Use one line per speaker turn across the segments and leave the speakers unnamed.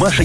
Маша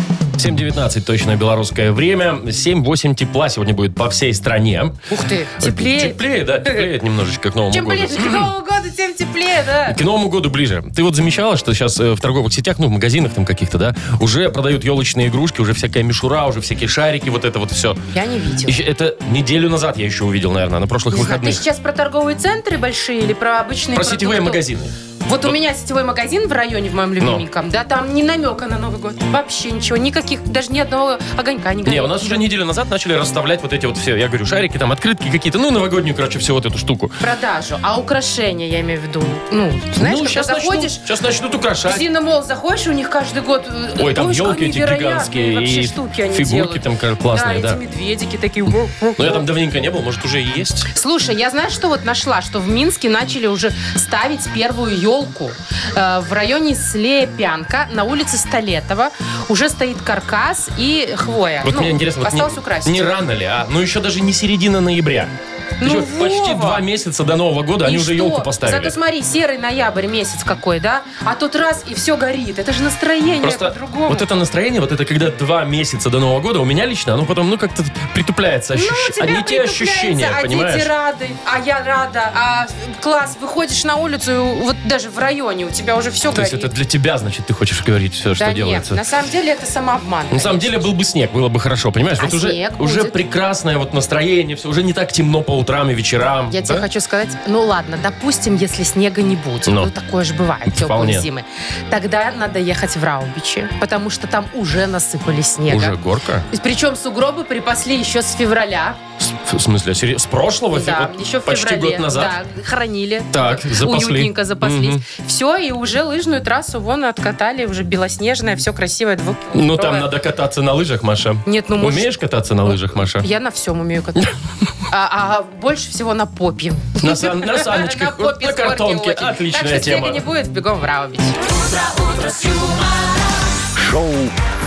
7.19, точное белорусское время. 7-8 тепла сегодня будет по всей стране.
Ух ты, теплее.
Теплее, да, теплеет немножечко к Новому
Чем
году.
ближе к Новому году, тем теплее, да.
К Новому году ближе. Ты вот замечала, что сейчас э, в торговых сетях, ну, в магазинах там каких-то, да, уже продают елочные игрушки, уже всякая мишура, уже всякие шарики, вот это вот все.
Я не видела.
это неделю назад я еще увидел, наверное, на прошлых
Не знаю,
выходных.
А Ты сейчас про торговые центры большие или про обычные
Про сетевые
продукты?
магазины.
Вот
Ну.
у меня сетевой магазин в районе, в моем любименьком, да, там ни намека на Новый год, вообще ничего, никаких, даже ни одного огонька не горит.
Не, у нас уже неделю назад начали расставлять вот эти вот все, я говорю, шарики, там, открытки какие-то, ну, новогоднюю, короче, всю вот эту штуку.
Продажу, а украшения, я имею в виду, ну, знаешь,
ну,
когда
сейчас
заходишь,
сейчас начнут украшать.
в Зиномол заходишь, у них каждый год... э,
Ой, там
точно
елки эти
невероятные
гигантские,
вообще
и
штуки они
фигурки
делают.
там кра- классные, да.
эти медведики такие...
Ну, я там давненько не был, может, уже и есть.
Слушай, я знаю, что вот нашла, что в Минске начали уже ставить первую елку Э, в районе Слепянка на улице Столетова. Уже стоит каркас и хвоя.
Вот
Ну,
мне интересно, вот
осталось
не,
украсить.
не рано ли, а? Ну, еще даже не середина ноября.
Ну,
Еще
Вова!
почти два месяца до Нового года они
И
уже
что?
елку поставили.
Зато смотри, серый ноябрь месяц какой, да? А тут раз и все горит. Это же настроение
Просто
по-другому.
вот это настроение, вот это когда два месяца до Нового года, у меня лично, оно потом, ну, как-то притупляется
Ну,
ощущ-
тебя
а не те
притупляется,
ощущения,
а
понимаешь?
дети рады, а я рада, а класс, выходишь на улицу, и вот даже в районе у тебя уже все
То
горит.
есть это для тебя, значит, ты хочешь говорить все, что
да
делается.
нет, на самом деле это самообман.
На самом деле был бы снег, было бы хорошо, понимаешь?
А
вот уже,
снег
уже
будет.
прекрасное вот настроение, все уже не так темно по утрам и вечерам.
Я
да?
тебе хочу сказать, ну ладно, допустим, если снега не будет,
Ну.
ну, такое же бывает,
Вполне.
теплые зимы, тогда надо ехать в Раубичи, потому что там уже насыпали снега.
Уже горка?
И Причем сугробы припасли еще с февраля,
С- в смысле, серьё- с прошлого? фе-
да,
вот
еще в
почти
феврале,
год назад?
да, хранили,
Так, запасли.
уютненько запаслись.
Мгм.
Все, и уже лыжную трассу вон откатали, уже белоснежная, все красивое, двухкилометровое.
Ну, там надо кататься на лыжах, Маша.
Нет, ну, может-
Умеешь кататься на лыжах, Маша?
Я на всем умею кататься. А, а больше всего на попе.
На, сан- на саночках,
На
вот
попе
на
с горки
картонке.
очень.
Отличная
Так что снега
тема.
не будет, бегом в Раубич.
Шоу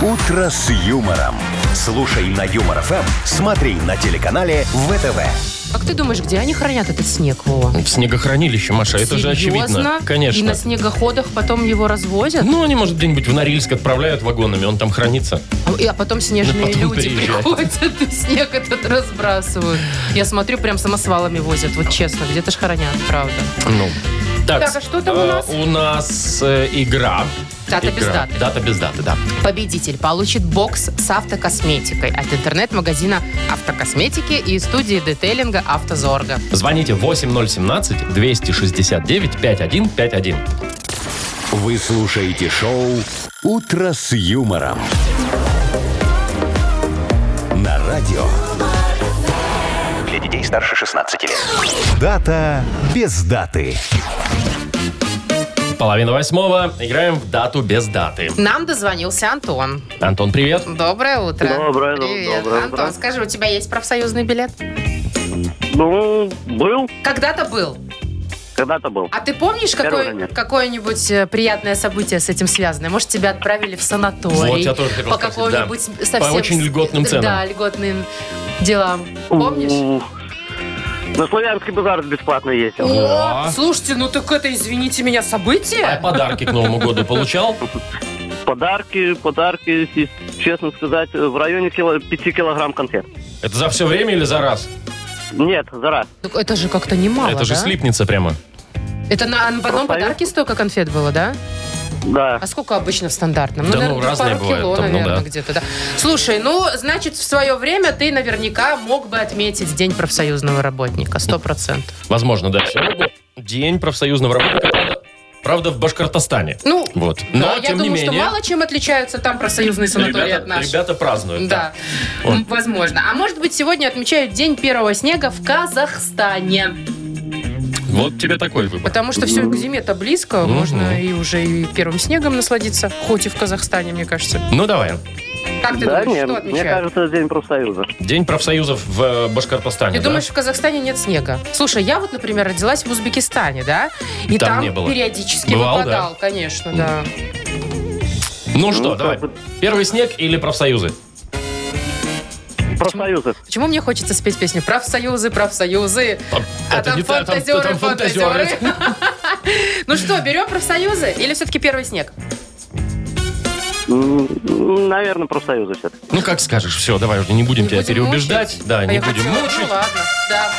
«Утро с юмором» Слушай на Юмор ФМ, смотри на телеканале ВТВ.
Как ты думаешь, где они хранят этот снег, Вова?
В Снегохранилище, Маша, это же очевидно.
Серьезно? И
Конечно.
на снегоходах потом его развозят?
Ну, они, может, где-нибудь в Норильск отправляют вагонами, он там хранится.
А- И, а потом
Ну,
снежные
потом
люди
приезжают.
приходят и снег этот разбрасывают. Я смотрю, прям самосвалами возят. Вот честно, где-то ж хранят, правда.
Ну.
Так, а что там у
э,
нас?
У нас э, игра.
Дата без
Игра.
даты.
Дата без даты, да.
Победитель получит бокс с автокосметикой от интернет-магазина автокосметики и студии детейлинга «Автозорга».
Звоните 8017-269-5151.
Вы слушаете шоу «Утро с юмором». На радио.
Для детей старше 16 лет.
Дата без даты.
Половина восьмого. Играем в дату без даты.
Нам дозвонился Антон.
Антон, привет.
Доброе утро.
Доброе, ну,
Привет.
доброе
Антон,
утро.
скажи, у тебя есть профсоюзный билет?
Ну, был,
Когда-то был.
когда-то был.
А ты помнишь
Первого
какое-
нет.
какое-нибудь э, приятное событие с этим связанное? Может, тебя отправили в санаторий?
Вот, я тоже хотел
По
спросить, да.
какому-нибудь совсем... э,
По очень льготным ценам.
Да, льготным делам. Помнишь?
У- На Славянский базар бесплатно ездил.
О,
Слушайте, ну так это, извините меня, событие?
А подарки к Новому году получал?
Подарки, подарки, и, честно сказать, в районе кило, 5 килограмм конфет.
Это за все время или за раз?
Нет, за раз.
Так Это же как-то немало,
Это же
да?
слипнется прямо.
Это на, на одном
Просто
подарке столько конфет было, да?
Да.
А сколько обычно в стандартном?
Да ну,
наверное,
разные
пару
бывают
кило,
там, ну,
наверное,
да.
где-то, да. Слушай, ну, значит, в свое время ты наверняка мог бы отметить День профсоюзного работника, сто процентов.
Возможно, да. Сегодня день профсоюзного работника. правда- Правда, в Башкортостане.
Ну,
Вот.
да,
Но,
я
тем не
думаю, что
менее,
мало чем отличаются там профсоюзные санатории от
ребята
наших.
ребята празднуют.
Да,
Вот.
М, возможно. А может быть, сегодня отмечают День первого снега в Казахстане.
Вот тебе такой выбор.
Потому что все к зиме-то близко,
Мгм.
можно и уже и первым снегом насладиться, хоть и в Казахстане, мне кажется.
Ну, давай.
Как ты
да,
думаешь,
нет,
что
мне
отмечают?
кажется, День профсоюза.
День профсоюзов в э, Башкортостане.
Ты
да?
думаешь, в Казахстане нет снега? Слушай, я вот, например, родилась в Узбекистане, да? И
Там
там,
не было.
периодически
Бывал,
выпадал, конечно, да.
Ну что,
Ну,
давай.
как бы-
Первый снег или профсоюзы?
Профсоюзы.
Почему мне хочется спеть песню «Профсоюзы, профсоюзы», а там
та-
фантазеры,
там
фантазеры? Ну что, берем профсоюзы или все-таки первый снег?
М, Наверное, профсоюзы все-таки.
Ну, как скажешь. Все, давай уже не будем тебя
будем
переубеждать.
мучить.
Да,
А
не
я
будем
хотела-
мучить.
Ну ладно, да.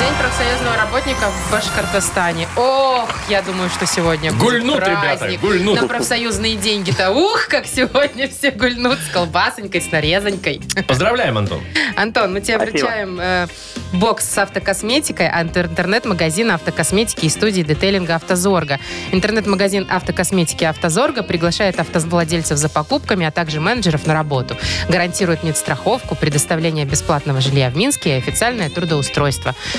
День профсоюзного работника в Башкортостане. Ох, я думаю, что сегодня будет
Гульнут, ребята,
праздник.
гульнут.
На профсоюзные деньги-то. Ух, как сегодня все гульнут с колбасонькой, с нарезанькой.
Поздравляем, Антон.
Антон, мы тебе
Спасибо.
вручаем э, бокс с автокосметикой от интернет-магазина автокосметики и студии детейлинга «Автозорга». Интернет-магазин автокосметики «Автозорга» приглашает автовладельцев за покупками, а также менеджеров на работу. Гарантирует медстраховку, предоставление бесплатного жилья в Минске и официальное трудоустройство.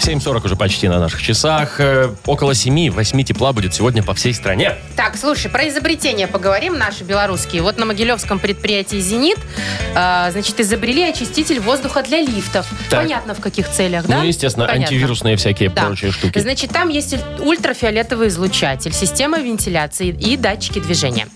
7.40 уже почти на наших часах. Э, Около 7-8 тепла будет сегодня по всей стране.
Так, слушай, про изобретения поговорим наши белорусские. Вот на могилевском предприятии «Зенит» э, значит, изобрели очиститель воздуха для лифтов.
Так.
Понятно, в каких целях, да?
Ну, естественно,
Понятно.
антивирусные всякие
Да.
прочие штуки.
Значит, там есть уль- ультрафиолетовый излучатель, система вентиляции и датчики движения.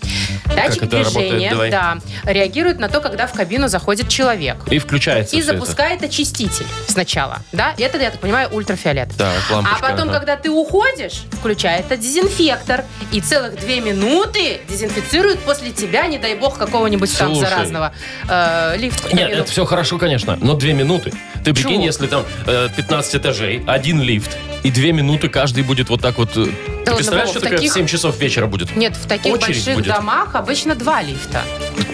Датчики
это работает?
движения,
Давай.
да, реагируют на то, когда в кабину заходит человек.
И включается
И
всё
запускает очиститель сначала, да? Это, я так понимаю, ультрафиолет.
это. Так,
А
лампочка.
потом,
ага.
когда ты уходишь, включается дезинфектор. И целых две минуты дезинфицируют после тебя, не дай бог, какого-нибудь там
Слушай.
заразного э, лифта.
Нет, это все хорошо, конечно, но две минуты. Ты
Чего?
прикинь, если там э, 15 этажей, один лифт, и две минуты каждый будет вот так вот... э, Ты
ладно,
представляешь,
Вов,
что
в
такое
таких-
в 7 часов вечера будет?
Нет, в таких
Очередь
больших
будет.
домах обычно два лифта.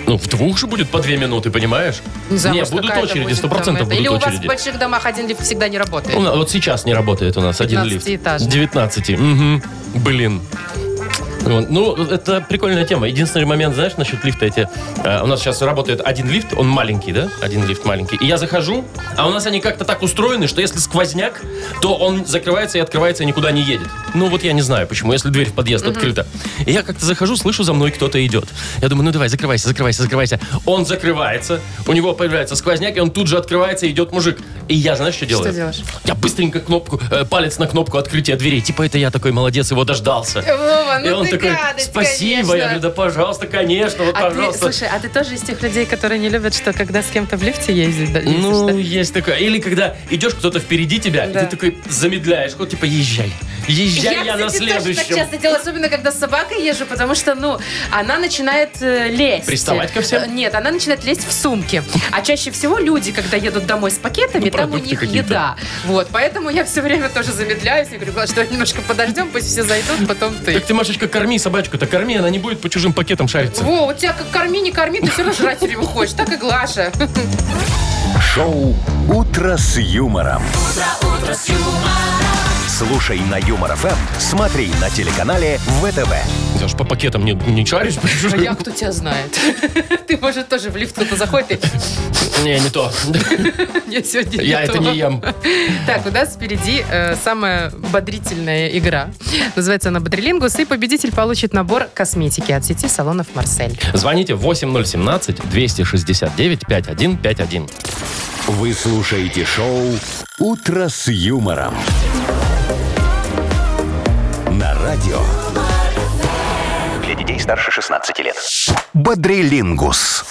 Ну, в двух же будет по две минуты, понимаешь?
Не знаю,
Не,
может,
будут
какая-то
очереди,
будет
сто
там
процентов
это.
будут
Или у вас в
очереди.
больших домах один лифт всегда не
У
работает.
нас- вот сейчас не работает у нас один лифт.
15-этажный.
19. Мгм. Блин. Вот. Ну, это прикольная тема. Единственный момент, знаешь, насчет лифта эти... э, у нас сейчас работает один лифт, он маленький, да? Один лифт маленький. И я захожу, а у нас они как-то так устроены, что если сквозняк, то он закрывается и открывается и никуда не едет. Ну, вот я не знаю, почему, если дверь в подъезд открыта. И я как-то захожу, слышу, за мной кто-то идет. Я думаю, ну давай, закрывайся, закрывайся, закрывайся. Он закрывается, у него появляется сквозняк, и он тут же открывается, и идет мужик. И я, знаешь, что делаю?
делаешь?
Я быстренько кнопку, э, палец на кнопку открытия двери. Типа это я такой молодец, его дождался.
Вова, ну
И он
ты
такой,
гадость,
спасибо, я
конечно.
говорю, да пожалуйста, конечно, вот
А ты,
пожалуйста.
слушай, а ты тоже из тех людей, которые не любят, что когда с кем-то в лифте ездить? да, ездишь,
ну,
да?
есть такое. Или когда идешь, кто-то впереди тебя,
Да.
и ты такой замедляешь, ход, типа, езжай, езжай, я, на
кстати, тоже
следующем.
так часто делаю, особенно когда с собакой езжу, потому что, ну, она начинает э, лезть.
Приставать ко всем?
Э, Нет, она начинает лезть в сумки. А чаще всего люди, когда едут домой с пакетами,
Ну,
там у
продукты
них
какие-то.
еда. Вот, поэтому я все время тоже замедляюсь. Я говорю, «Глад, что немножко подождем, пусть все зайдут, потом ты.
Так ты, Машечка, корми собачку-то, корми, она не будет по чужим пакетам шариться.
Во, у тебя как корми, не корми, ты все равно жрать все время хочешь. Так и Глаша.
Шоу «Утро с юмором». Слушай на Юмор ФМ, смотри на телеканале ВТВ.
Я ж по пакетам не, не шарюсь. по
А
чужим.
я кто тебя знает? Ты, может, тоже в лифт кто-то заходит
Не, не то.
и я сегодня
Я это
то».
не ем.
Так, у нас впереди э, самая бодрительная игра. Называется она «Бодрилингус», и победитель получит набор косметики от сети салонов «Марсель».
Звоните 8017-269-5151.
Вы слушаете шоу «Утро с юмором». На радио
Для детей старше 16 лет.
«Бодрилингус».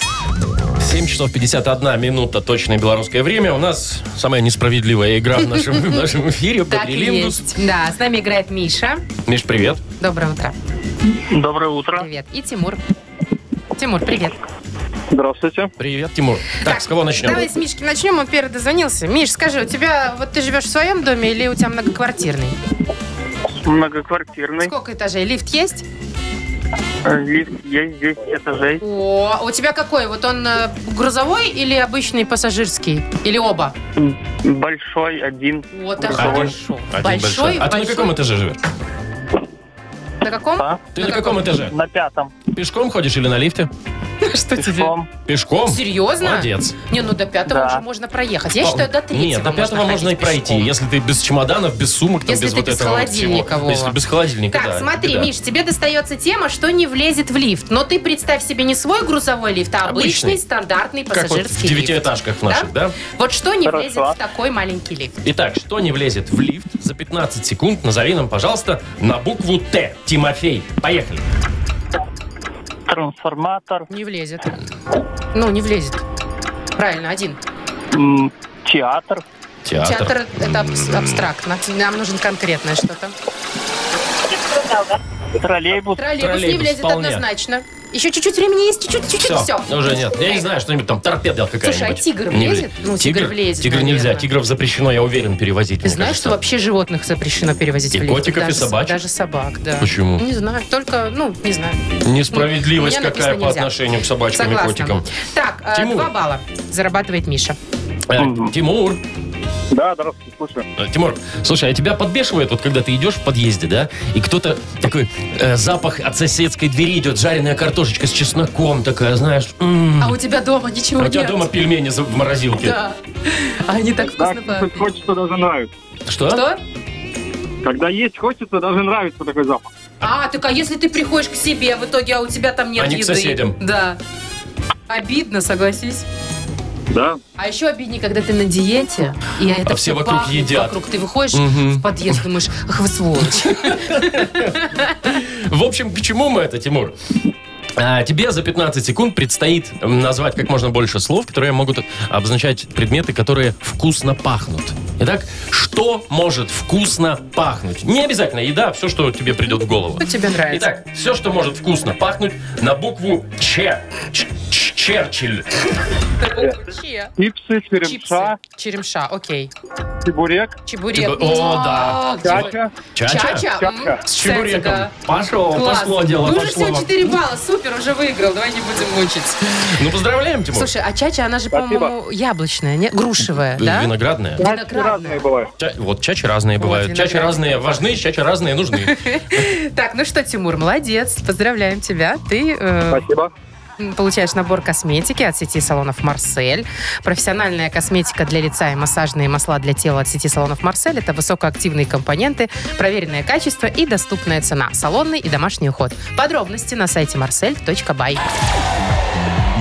7 часов 51 минута, точное белорусское время. У нас самая несправедливая игра в нашем, в нашем эфире. Бодрилингус.
Да, с нами играет Миша.
Миш, привет.
Доброе утро.
Доброе утро.
Привет. И Тимур. Тимур, привет.
Здравствуйте.
Привет, Тимур. Так, с кого начнем?
Давай с Мишки начнем, он первый дозвонился. Миш, скажи, у тебя, вот ты живешь в своем доме или у тебя многоквартирный?
Многоквартирный.
Сколько этажей? Лифт есть?
Э, Лифт есть 10 этажей.
О, а у тебя какой? Вот он э, грузовой или обычный пассажирский? Или оба?
М, Большой, один.
Вот так
Один.
хорошо.
Один большой. А ты на каком этаже живешь?
На каком?
А?
Ты на, каком этаже?
На пятом.
Пешком ходишь или на лифте?
Что
Пешком.
Пешком?
Серьезно?
Молодец.
Не, ну до пятого
Да.
уже можно проехать. Я считаю, до третьего
Нет, до пятого можно, и
ходить
пройти,
пешком.
если ты без чемоданов, без сумок, там,
Если
без
ты
вот
без
этого вот всего.
холодильника, Вова.
Если без холодильника,
Так,
да,
смотри,
беда.
Миш, тебе достается тема, что не влезет в лифт. Но ты представь себе не свой грузовой лифт, а обычный,
Обычный.
стандартный
Как вот в
пассажирский лифт.
девятиэтажках наших, да?
Вот что не
Хорошо.
влезет в такой маленький лифт?
Итак, что не влезет в лифт за 15 секунд, назови нам, пожалуйста, на букву Т. Тимофей. Поехали.
Трансформатор.
Не влезет. Ну, не влезет. Правильно, один.
м, Театр.
Театр, это абс- абстрактно. Нам нужен конкретное что-то.
Троллейбус.
Троллейбус, не
Троллейбус
влезет
вполне.
однозначно. Еще чуть-чуть времени есть, чуть-чуть, чуть-чуть,
Все,
все.
уже нет. Я не знаю, что-нибудь там, торпеда какая-нибудь.
Слушай, а тигр
Не
влезет? Ну, тигр влезет,
Тигр нельзя,
наверное.
тигров запрещено, я уверен, перевозить.
Ты
мне
знаешь,
кажется.
что вообще животных запрещено перевозить
И
в лифт?
котиков, и
Даже-
собачек?
Даже собак, да.
Почему?
Не знаю, только, ну, не знаю.
Несправедливость
У меня
какая
написано
по
нельзя.
отношению к собачкам и
Согласна.
котикам.
Так, э,
Тимур.
два балла зарабатывает Миша.
Э,
Мгм.
Тимур,
Да, здравствуйте, слушаю.
Э, Тимур, слушай, а тебя подбешивает, вот когда ты идешь в подъезде, да, и кто-то такой э, запах от соседской двери идет, жареная картошечка с чесноком такая, знаешь, м-м. м.
А у тебя дома ничего
А у
нет?
тебя дома пельмени за- в морозилке.
Да. А они так вкусно пахнут.
хочется, даже нравится.
Что?
Что?
Когда есть хочется, даже нравится такой запах.
А, так а если ты приходишь к себе, в итоге а у тебя там нет
А не к
еды?
соседям.
Да. Обидно, согласись.
Да.
А еще обиднее, когда ты на диете, и это
А все вокруг
пахнет
едят.
Вокруг ты выходишь
Мгм.
в подъезд, думаешь, ах вы сволочь.
В общем, к чему мы это, Тимур? А, Тебе за 15 секунд предстоит м, назвать как можно больше слов, которые могут обозначать предметы, которые вкусно пахнут. Итак, что может вкусно пахнуть? Не обязательно еда, все, что тебе придет в голову.
Что тебе нравится?
Итак, все, что может вкусно пахнуть, на букву Ч. Ч- ч- ч- Черчилль.
Че?
Чипсы,
Чипсы.
черемша,
Черемша, окей.
чебурек,
Чебурек.
Чебу- О, да.
чача.
Чача.
Чача.
С чебуреком. Пошло,
Класс.
пошло дело,
Ну уже
пошло.
всего
вам.
4 балла, супер, уже выиграл, давай не будем мучить.
Ну, поздравляем, Тимур.
Слушай, а чача, она же, по-моему, яблочная, не? грушевая,
Э,
да?
Виноградная.
Чачи разные бывают.
Ча- Вот чачи разные
Вот,
бывают. Чачи
виноградная.
разные важны, чачи разные нужны.
Так, ну что, Тимур, молодец, поздравляем тебя. Ты э,
Спасибо.
получаешь набор косметики от сети салонов «Марсель». Профессиональная косметика для лица и массажные масла для тела от сети салонов «Марсель» — это высокоактивные компоненты, проверенное качество и доступная цена. Салонный и домашний уход. Подробности на сайте marsel.by.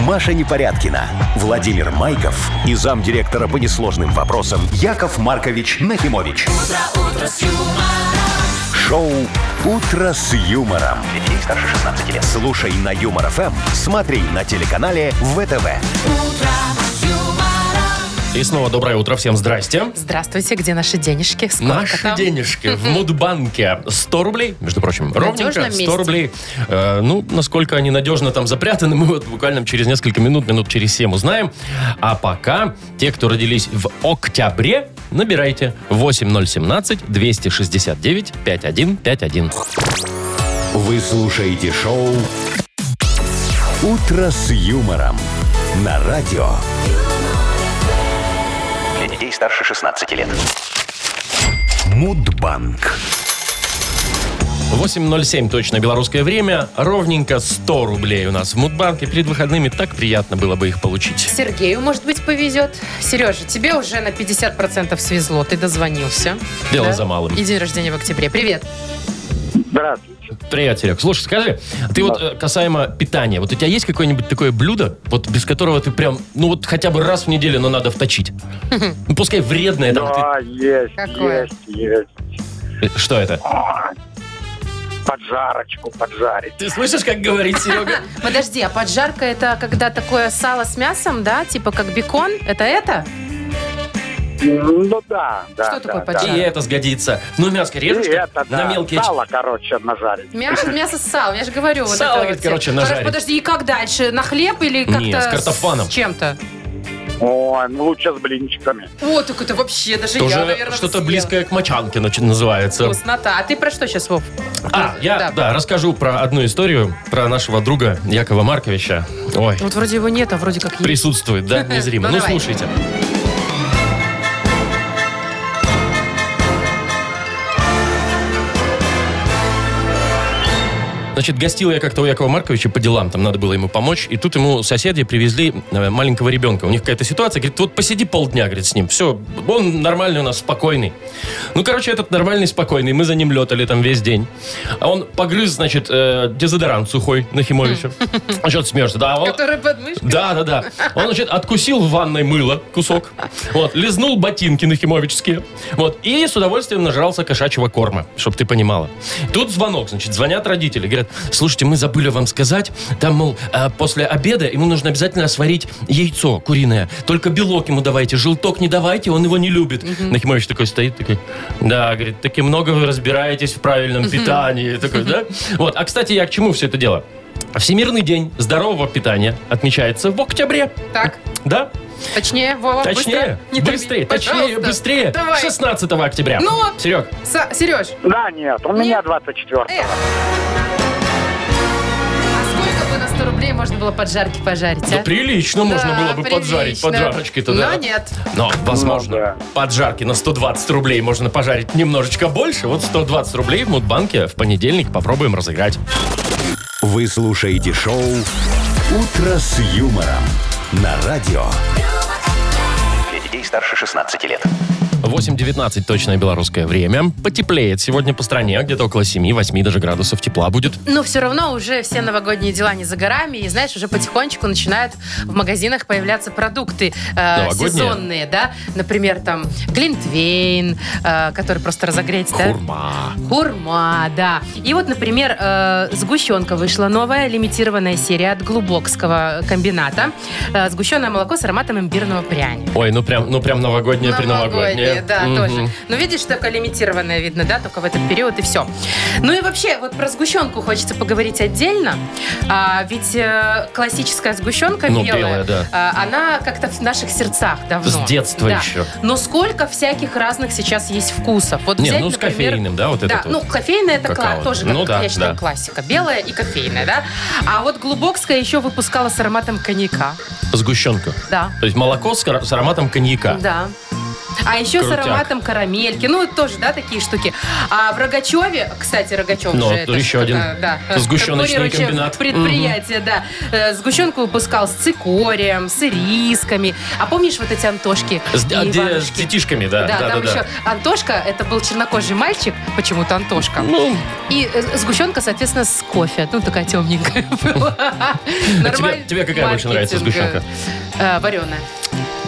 Маша Непорядкина, Владимир Майков и замдиректора по несложным вопросам Яков Маркович Нахимович. Шоу Утро с юмором.
Для детей старше 16 лет.
Слушай на Юмор ФМ, смотри на телеканале ВТВ.
И снова доброе утро всем, здрасте.
Здравствуйте, где наши денежки? Сколько
Наши
там?
денежки в Мудбанке 100 рублей, между прочим, ровненько
надежном
100
месте.
рублей. Э, ну, насколько они надежно там запрятаны, мы вот буквально через несколько минут, минут через 7 узнаем. А пока те, кто родились в октябре, набирайте 8017-269-5151.
Вы слушаете шоу Утро с юмором на радио.
Для детей старше 16 лет.
Мудбанк.
8.07 точно белорусское время, ровненько 100 рублей у нас в Мудбанке. Перед выходными так приятно было бы их получить.
Сергею, может быть, повезет. Сережа, тебе уже на 50% свезло. Ты дозвонился.
Дело за малым.
И день рождения в октябре. Привет.
Здравствуйте.
Привет, Серег. Слушай, скажи, ты вот э, касаемо питания, вот у тебя есть какое-нибудь такое блюдо, вот без которого ты прям, ну вот хотя бы раз в неделю, но надо вточить? Ну, пускай вредное там.
Да, есть,
Какое?
есть, есть.
ты- э, Что это?
Поджарочку поджарить.
Ты слышишь, как говорит Серега?
Подожди, а поджарка это когда такое сало с мясом, да? Типа как бекон? Это это?
Ну да, да.
Что
да,
такое
да.
И это сгодится. Ну, мяско режешь
И
так,
это,
на
да,
мелкие...
сало, короче, нажарить.
Мясо, мясо с салом, я же говорю. вот
Сало,
это
говорит,
вот.
короче, нажарить.
Подожди, и как дальше? На хлеб или как-то
Не, с картофаном.
с чем-то?
Ой, ну лучше с блинчиками.
О, так это вообще даже
Это
я,
уже
наверное,
что-то
съела.
близкое к мочанке нач- называется.
Вкуснота. А ты про что сейчас, Вов?
А, я,
Да.
да. расскажу про одну историю, про нашего друга Якова Марковича. Ой,
Вот вроде его нет, а вроде как есть.
присутствует, да, незримо.
Ну,
Ну,
давай.
слушайте. Значит, гостил я как-то у Якова Марковича по делам, там надо было ему помочь, и тут ему соседи привезли э, маленького ребенка. У них какая-то ситуация, говорит, вот посиди полдня, говорит, с ним, все, он нормальный у нас, спокойный. Ну, короче, этот нормальный, спокойный, мы за ним летали там весь день. А он погрыз, значит, э, дезодорант сухой Нахимовича. А что ты смеешься? Да, он...
Который под мышкой?
Да, да, да. Он, значит, откусил в ванной мыло кусок, вот, лизнул ботинки нахимовические, вот, и с удовольствием нажрался кошачьего корма, чтобы ты понимала. Тут звонок, значит, звонят родители, говорят, слушайте, мы забыли вам сказать, там, мол, э, после обеда ему нужно обязательно сварить яйцо куриное, только белок ему давайте, желток не давайте, он его не любит. Нахимович такой стоит, такой, да, говорит, таки много вы разбираетесь в правильном питании, такой, да? Вот, а, кстати, я к чему все это дело? Всемирный день здорового питания отмечается в октябре.
Так,
Да?
точнее, Вова,
точнее,
быстро. Не томи,
быстрее, точнее,
пожалуйста.
быстрее.
Давай.
16 октября.
Ну вот.
Серег,
Са- э. Сереж,
Да, нет, у меня 24
Эх. А сколько бы на 100 рублей можно было поджарки пожарить, а?
да ну, прилично можно было бы поджарить поджарочки-то, да?
Но нет.
Но, возможно,
Ну, да.
поджарки на 120 рублей можно пожарить немножечко больше. Вот 120 рублей в Мудбанке в понедельник попробуем разыграть.
Вы слушаете шоу Утро с юмором на радио.
Для детей старше 16 лет.
8.19 точное белорусское время. Потеплеет сегодня по стране, где-то около 7-8 даже градусов тепла будет.
Но все равно уже все новогодние дела не за горами. И знаешь, уже потихонечку начинают в магазинах появляться продукты э,
Новогодние?
сезонные, да? Например, там глинтвейн, э, который просто разогреть, да?
Курма.
Курма, да. И вот, например, э, сгущенка вышла новая, лимитированная серия от Глубокского комбината. Э, сгущенное молоко с ароматом имбирного пряника.
Ой, ну прям, ну прям новогоднее,
Новогоднее,
приновогоднее.
Летние, да,
Мгм.
тоже. Но видишь, только лимитированное видно, да, только в этот период и все. Ну и вообще, вот про сгущенку хочется поговорить отдельно. А, ведь э, классическая сгущенка
Ну,
белая,
белая, да.
а, она как-то в наших сердцах давно.
С детства
Да.
еще.
Но сколько всяких разных сейчас есть вкусов. Вот
Не,
взять,
ну с
например,
кофейным, да, вот
да,
этот
ну
вот.
кофейная это кла-
какао.
тоже, как,
Ну да,
я считаю,
да.
классика. Белая и кофейная, да. А вот Глубокская еще выпускала с ароматом коньяка.
Сгущенка.
Да.
То есть молоко с, кар- с ароматом коньяка.
Да. А еще
Крутяк.
с ароматом карамельки. Ну, вот тоже, да, такие штуки. А в Рогачеве, кстати, Рогачев
Ну,
же...
вот еще
ж,
один
э, да,
сгущеночный
конкурирующее
комбинат.
Предприятие, да. Э, Сгущенку выпускал с цикорием, с ирисками. А помнишь вот эти Антошки
С,
и
а, где- с
Иванушки?
детишками, да.
Да,
Да, да,
там
да.
еще Антошка, это был чернокожий мальчик, почему-то Антошка.
Ну,
И э, сгущенка, соответственно, с кофе. Ну, такая темненькая была. Нормальный
А тебе какая больше нравится
маркетинг.
сгущенка?
Э, Вареная.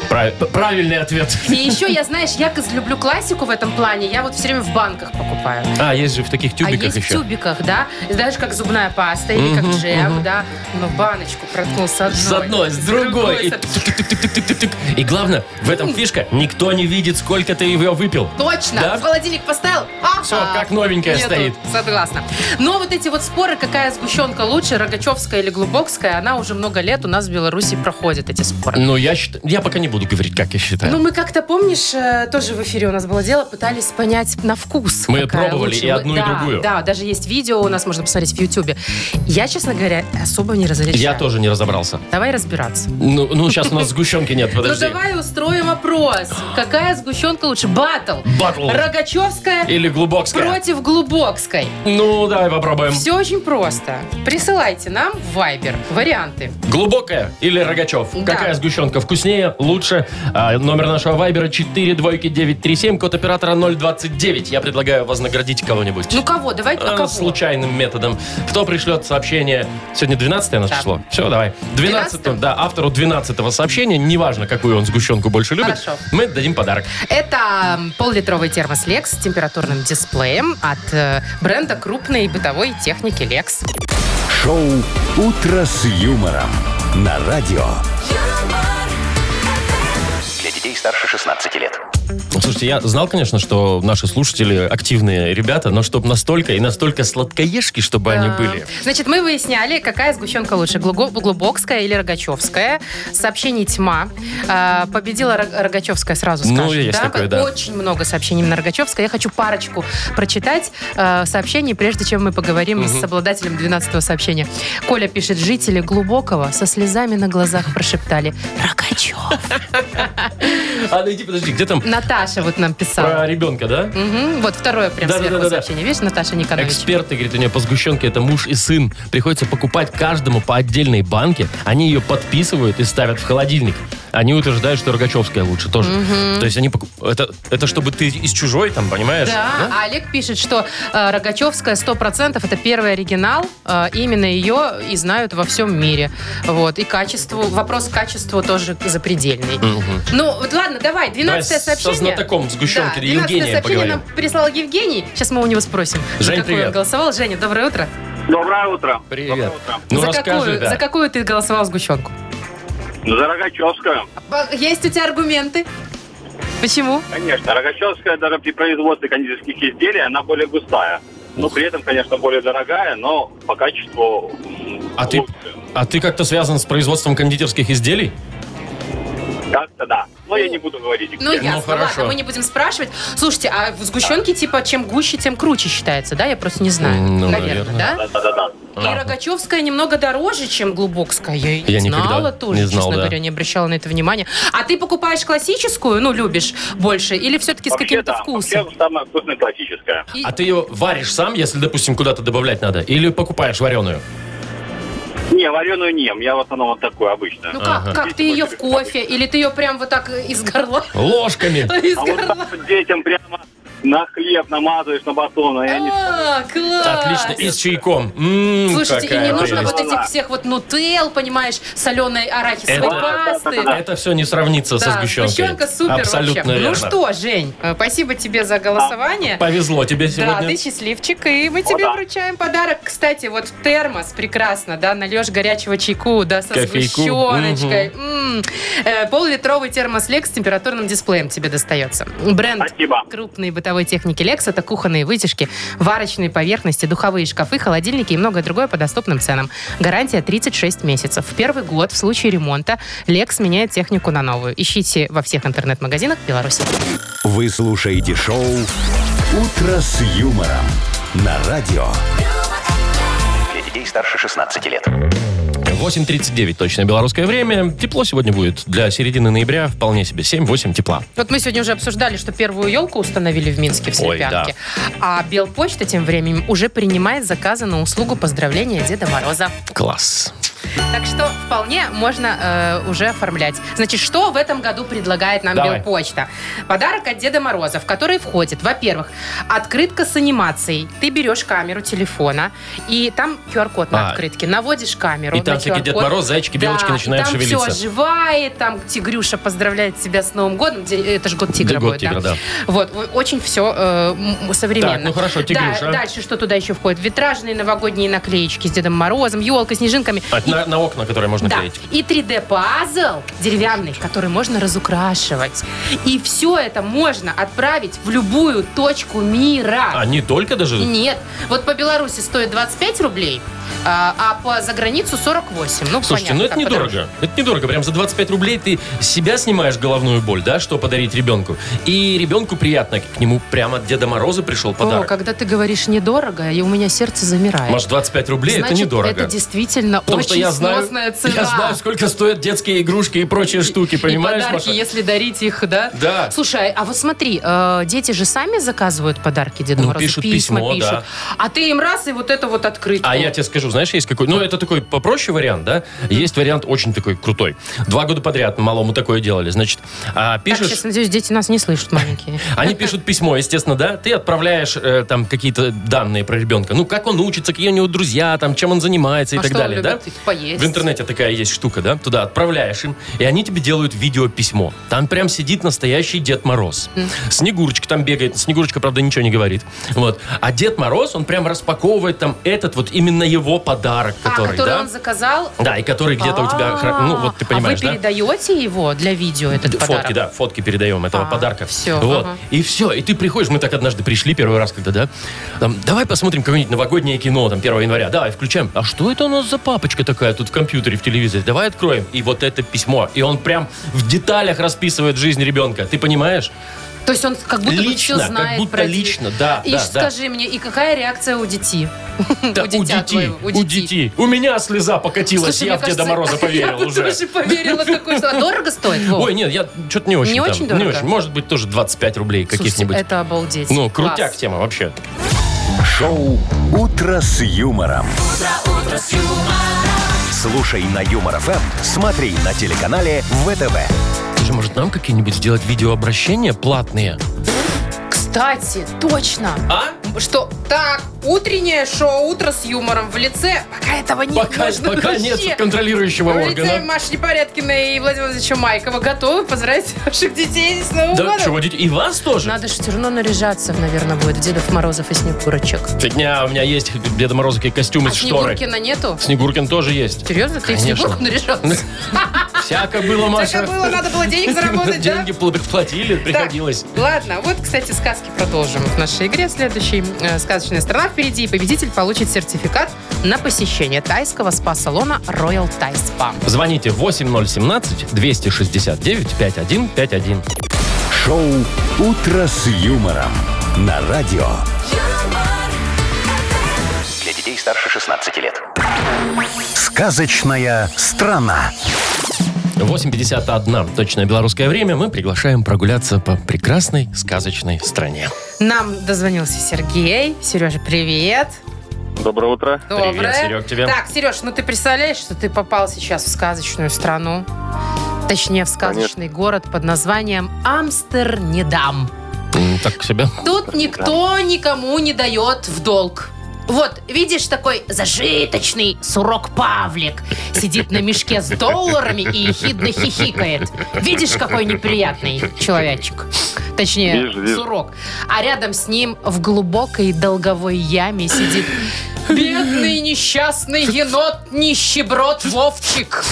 прав- правильный ответ.
И еще я, знаешь, я как люблю классику в этом плане. Я вот все время в банках покупаю.
А, есть же в таких
а
тюбиках
есть в
еще.
тюбиках, да? Даже как зубная паста или как
Мгм,
джем,
мгм.
да? Но баночку проткнул с одной.
С одной, с другой. И,
с от-
тык-тык-тык-тык-тык-тык. И главное, в
Ну.
этом фишка, никто не видит, сколько ты ее выпил.
Точно!
Да?
В холодильник поставил? А,
Всё, как новенькая
нету.
стоит.
Согласна. Но вот эти вот споры, какая сгущенка лучше, рогачевская или глубокская, она уже много лет у нас в Беларуси проходит, эти споры.
Ну, я считаю, я пока не буду говорить, как я считаю.
Ну, мы как-то, помнишь, э, тоже в эфире у нас было дело, пытались понять на вкус.
Мы
какая
пробовали
лучше.
и одну, и
Да,
другую.
Да, даже есть видео у нас, можно посмотреть в Ютьюбе. Я, честно говоря, особо не разрешаю.
я тоже не разобрался.
Давай разбираться.
Ну, сейчас у нас сгущенки нет, подожди.
Ну, давай устроим опрос. Какая сгущенка лучше? Баттл.
Батл.
Рогачевская
Или глубокская.
против Глубокской.
Ну, давай попробуем.
Все очень просто. Присылайте нам в Viber варианты.
Глубокая или Рогачев?
Да.
Какая сгущенка вкуснее, лучше? А, номер нашего вайбера 42937, код оператора 029. Я предлагаю вознаградить кого-нибудь.
Ну кого? Давай а,
А,
кого?
случайным методом. Кто пришлет сообщение? Сегодня 12 у нас
Да.
число. Все, давай. 12
12?
да, автору 12 сообщения, неважно, какую он сгущенку больше любит,
Хорошо.
мы дадим подарок.
Это м, пол-литровый термос Lex с температурным дисплеем от э, бренда крупной бытовой техники Lex.
Шоу «Утро с юмором» на радио.
Для детей старше 16 лет.
Слушайте, я знал, конечно, что наши слушатели активные ребята, но чтобы настолько и настолько сладкоежки, чтобы они
Да.
были.
Значит, мы выясняли, какая сгущенка лучше, Глуго- глубокская или рогачевская. Сообщений тьма. Э, Победила Рог- рогачевская, сразу
Ну,
скажем.
есть такое, да.
Очень много сообщений на рогачевской. Я хочу парочку прочитать э, сообщений, прежде чем мы поговорим с обладателем 12-го сообщения. Коля пишет, жители Глубокого со слезами на глазах прошептали «Рогачев».
А, ну иди, подожди, где там
Наташа вот нам писала.
про ребенка, да?
Мгм, Вот второе прям
Да-да-да-да-да.
сверху сообщение. Видишь, Наташа Никонович?
Эксперты, говорит, у нее по сгущенке это муж и сын. Приходится покупать каждому по отдельной банке. Они ее подписывают и ставят в холодильник. Они утверждают, что Рогачевская лучше тоже. То есть они покуп- это, это чтобы ты из чужой там, понимаешь?
Да, а Олег пишет, что э, Рогачевская 100% это первый оригинал. э, именно ее и знают во всем мире. Вот. И качеству, вопрос к качеству тоже запредельный.
Мгм.
Ну, вот ладно, давай, 12
Давай со
сообщение.
знатоком сгущенки,
да, 12-е
Евгения
сообщение
поговорим.
нам прислал Евгений. Сейчас мы у него спросим. за
Жень,
какую
привет.
он голосовал. Женя, доброе утро.
Доброе утро.
Привет. Ну
за,
расскажи,
А какую,
да.
за какую ты голосовал сгущенку?
За Рогачевскую.
А, Есть у тебя аргументы? Почему?
Конечно, Рогачевская даже при производстве кондитерских изделий, она более густая. Ну, при этом, конечно, более дорогая, но по качеству м,
А ты,
лучше.
а ты как-то связан с производством кондитерских изделий?
Как-то да. Но я не буду говорить.
Ну,
где.
ясно,
Э, хорошо.
ладно, мы не будем спрашивать. Слушайте, а в сгущенке, типа, чем гуще, тем круче считается, да? Я просто не знаю.
М, ну,
наверное,
наверное.
да?
Да-да-да.
Ладно.
И Рогачевская немного дороже, чем Глубокская. Я, и не
Я никогда
знала
не
тоже,
знал,
честно
да.
говоря, не обращала на это внимания. А ты покупаешь классическую, ну, любишь больше, или все-таки с
Вообще,
каким-то
да.
вкусом?
Вообще, самая вкусная классическая.
И-
А ты ее варишь сам, если, допустим, куда-то добавлять надо? Или покупаешь вареную?
Не, вареную не ем. Я в основном вот такую обычно.
Ну как,
Ага.
как ты ее в кофе, или ты ее прям вот так из горла?
Ложками.
Из
А вот так
горла.
вот детям прямо на хлеб намазываешь на батон, а я не...
А, класс!
Отлично. И с чайком. М,
Слушайте, и не
какая
нужно
прелесть.
вот этих всех вот нутел, понимаешь, соленой арахисовой
Это-
пасты.
Да.
А Это все не сравнится со
Да,
сгущенкой.
сгущенка супер
Абсолютно
вообще.
верно.
Ну что, Жень, э, спасибо тебе за голосование.
Повезло тебе
Да,
сегодня.
ты счастливчик, и мы тебе
да.
вручаем подарок. Кстати, вот термос прекрасно, да, нальешь горячего чайку, да, со
Кофейку.
сгущеночкой.
Мгм.
М, Э, Пол-литровый термос Lex с температурным дисплеем тебе достается. Бренд
Спасибо.
крупной бытовой техники Lex это кухонные вытяжки, варочные поверхности, духовые шкафы, холодильники и многое другое по доступным ценам. Гарантия 36 месяцев. В первый год в случае ремонта Lex меняет технику на новую. Ищите во всех интернет-магазинах Беларуси.
Вы слушаете шоу «Утро с юмором» на радио.
Для детей старше 16 лет.
8.39 точно белорусское время. Тепло сегодня будет для середины ноября. Вполне себе 7-8 тепла.
Вот мы сегодня уже обсуждали, что первую елку установили в Минске в
Ой,
Слепянке. А Белпочта тем временем уже принимает заказы на услугу поздравления Деда Мороза.
Класс.
Так что вполне можно э, уже оформлять. Значит, что в этом году предлагает нам
Давай.
Белпочта? Подарок от Деда Мороза, в который входит, во-первых, открытка с анимацией. Ты берешь камеру телефона, и там QR-код на
А.
открытке. Наводишь камеру
И там
на
всякие Дед
QR-код.
Мороз, зайчики,
Да,
белочки
и
начинают
там
шевелиться.
все оживает, там Тигрюша поздравляет тебя с Новым годом. Де- Это же год тигра
Да,
будет,
год тигра, да.
Вот, о- очень все э, м- современно.
Так, ну хорошо, Тигрюша.
Да, дальше что туда еще входит? Витражные новогодние наклеечки с Дедом Морозом, елка, снежинками.
А, на, на окна, которые можно
Да.
клеить.
И 3D-пазл деревянный, который можно разукрашивать. И все это можно отправить в любую точку мира.
А не только даже...
Нет. Вот по Беларуси стоит 25 рублей, а, а по заграницу 48. Ну,
Слушайте,
понятно,
ну это
там подороже.
недорого. Это недорого. Прям за 25 рублей ты с себя снимаешь головную боль, да, что подарить ребенку. И ребенку приятно. К нему прямо от Деда Мороза пришел
О,
подарок.
когда ты говоришь недорого, и у меня сердце замирает.
Может, 25 рублей
Значит,
это недорого.
это действительно
Потому что
очень
я знаю,
сносная цена.
я знаю, сколько стоят детские игрушки и прочие штуки,
и
понимаешь,
подарки,
Маша?
если дарить их, да?
Да.
Слушай, а вот смотри, э, дети же сами заказывают подарки Деду
Ну,
Морозу,
пишут
письма
письмо,
пишут.
да.
А ты им раз, и вот это вот Ну, открытку.
А я тебе скажу, знаешь, есть какой... Ну, это такой попроще вариант, да? Есть вариант очень такой крутой. Два года подряд малому такое делали. Значит, а,
Так,
пишешь... А
сейчас, надеюсь, дети нас не слышат, маленькие.
Они пишут письмо, естественно, да? Ты отправляешь э, там какие-то данные про ребенка. Ну, как он учится, какие у него друзья, там, чем он занимается и
А
так
что он
далее,
любит?
да?
Поесть.
В интернете такая есть штука, да? Туда отправляешь им, и они тебе делают видеописьмо. Там прям сидит настоящий Дед Мороз. Снегурочка там бегает. Снегурочка, правда, ничего не говорит. Вот. А Дед Мороз, он прям распаковывает там этот вот именно его подарок, который,
а, который
да?
он заказал?
Да, и который где-то у тебя... хра- Ну, вот ты понимаешь,
А вы
да?
передаете его для видео, этот
Д-
подарок?
Фотки, да, фотки передаем этого
А,
подарка.
всё,
Вот.
ага.
И все. И ты приходишь, мы так однажды пришли первый раз, когда, да, там, давай посмотрим какое-нибудь новогоднее кино, там, 1 января. Давай, включаем. А что это у нас за папочка такая тут в компьютере, в телевизоре? Давай откроем. И вот это письмо. И он прям в деталях расписывает жизнь ребенка. Ты понимаешь?
То есть он как будто бы
Лично,
все
как
знает
будто
про детей.
лично, да,
И
да,
скажи мне, и какая реакция у детей?
Да,
дитя твоего,
у детей. У меня слеза покатилась,
Слушай,
я
мне
в Деда
кажется,
Мороза поверил
я бы
уже.
тоже поверила такое, что А дорого стоит, Вов?
Ой, нет, я что-то не очень.
Не
там,
очень дорого?
Не очень. Может быть, тоже 25 рублей
Слушайте,
каких-нибудь.
это обалдеть.
Ну, крутяк
Класс.
тема вообще.
Шоу «Утро с юмором». Слушай на Юмор ФМ, смотри на телеканале ВТВ.
Слушай, может, нам какие-нибудь сделать видеообращения платные?
Кстати, точно.
А?
Что, так, утреннее шоу «Утро с юмором» в лице, пока этого нет.
Пока,
можно
пока
вообще.
нет контролирующего
В лице
органа.
Маши Непорядкиной и Владимира Владимировича Майкова готовы поздравить ваших детей с Новым
Да,
годом.
что, водить и вас тоже?
Надо же все равно наряжаться, наверное, будет в Дедов Морозов и Снегурочек.
Фигня, у меня есть Деда Мороза и костюмы
А
с шторой.
Снегуркина нету?
Снегуркин тоже есть.
Серьезно? Ты в
Конечно.
Снегурку наряжался?
Всяко было, Маша.
Так и было, надо было денег заработать, да?
Деньги пл- платили, приходилось.
Так, Ладно, вот, кстати, сказки продолжим в нашей игре. Следующий э, сказочная страна впереди. И победитель получит сертификат на посещение тайского спа-салона Royal Thai Spa.
Звоните 8017-269-5151.
Шоу «Утро с юмором» на радио.
Для детей старше 16 лет.
Сказочная страна.
8.51, точное белорусское время, мы приглашаем прогуляться по прекрасной сказочной стране.
Нам дозвонился Сергей. Сережа, привет.
Доброе утро.
Доброе.
Серег, тебе.
Так, Сереж, ну ты представляешь, что ты попал сейчас в сказочную страну? Точнее, в сказочный город под названием Амстернедам.
М, Так себе.
Тут никто никому не дает в долг. Вот, видишь, такой зажиточный сурок Павлик сидит на мешке с долларами и ехидно хихикает. Видишь, какой неприятный человечек. Точнее,
Вижу, вижу.
сурок. А рядом с ним в глубокой долговой яме сидит Бедный несчастный енот, нищеброд Вовчик.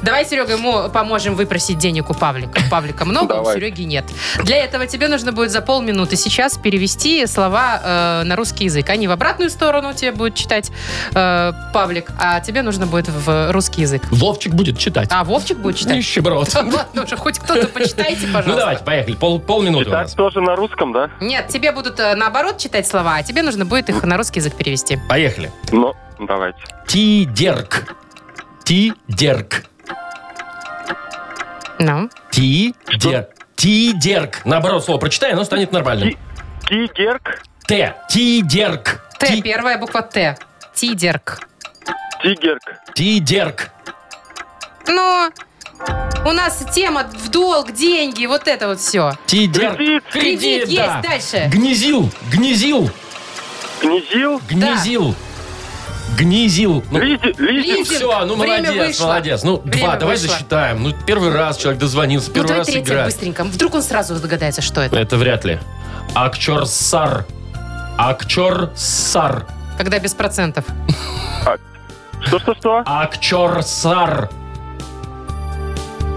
Давай, Серега, ему поможем выпросить денег у Павлика. Павлика много, у
Давай.
Сереги нет. Для этого тебе нужно будет за полминуты сейчас перевести слова э, на русский язык. Они в обратную сторону тебе будет читать э, Павлик, а тебе нужно будет в русский язык.
Вовчик будет читать.
А Вовчик будет читать?
Нищеброд.
Ладно уже, хоть кто-то почитайте,
Ну
Ну, пожалуйста.
давайте, поехали. Пол, полминуты у
Итак,
нас.
тоже на русском, да?
Нет, тебе будут э, наоборот читать слова, а тебе нужно будет их на русский язык перевести.
Поехали.
Ну, давайте.
Тидерк. Тидерк.
Ну,
Тидерк. Тидерк. Наоборот слово прочитай, оно станет нормальным.
Ти- Тигерк,
Т. Тидерк.
Т,
Ти-
первая буква Т. Тидерк.
тигерк.
Тидерк.
Но Ну, у нас тема в долг, деньги, вот это вот все.
Тидерк.
Кредит,
Кредит есть,
да.
дальше.
Гнезил. Гнезил.
князил,
Гнезил. Гнезил. Ну,
лизи- лизинг.
Лизинг.
Все, ну
Время
молодец,
вышло.
молодец. Ну,
Время
два, давай
вышло.
засчитаем. Ну, первый раз человек дозвонился,
Ну,
первый
давай
раз
третья
играет.
быстренько. Вдруг он сразу догадается, что это.
Это вряд ли. Акчорсар. Акчорсар.
Когда без процентов.
А,
Что-что-что?
Акчорсар.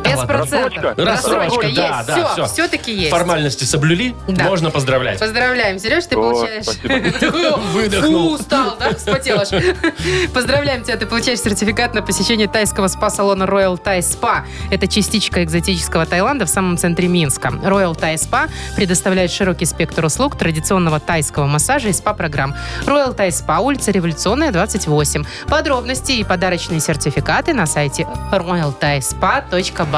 Без
ладно.
процентов.
Рассрочка.
Рассрочка, да,
есть.
да,
все,
всё.
все-таки есть.
Формальности соблюли,
Да.
можно поздравлять.
Поздравляем, Сереж, ты
О,
получаешь...
спасибо. Выдохнул.
Фу, устал, да? Вспотел аж. Поздравляем тебя, ты получаешь сертификат на посещение тайского спа-салона Royal Thai Spa. Это частичка экзотического Таиланда в самом центре Минска. Royal Thai Spa предоставляет широкий спектр услуг традиционного тайского массажа и спа-программ. Royal Thai Spa, улица Революционная, 28. Подробности и подарочные сертификаты на сайте royalthaispa.by.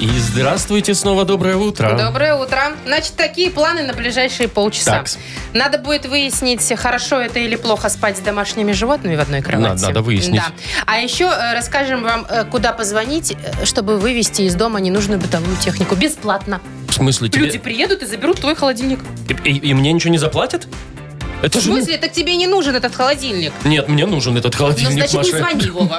И здравствуйте снова, доброе утро.
Доброе утро. Значит, такие планы на ближайшие полчаса.
Такс.
Надо будет выяснить, хорошо это или плохо спать с домашними животными в одной кровати.
Надо, надо выяснить.
Да. А еще э, расскажем вам, э, куда позвонить, э, чтобы вывести из дома ненужную бытовую технику. Бесплатно.
В смысле, тебе...
Люди приедут и заберут твой холодильник.
И, и- и мне ничего не заплатят? Это
В
же... ну,
смысле, так тебе не нужен этот холодильник.
Нет, мне нужен этот
Ну,
холодильник,
значит, не
Маша.
звони, Вова.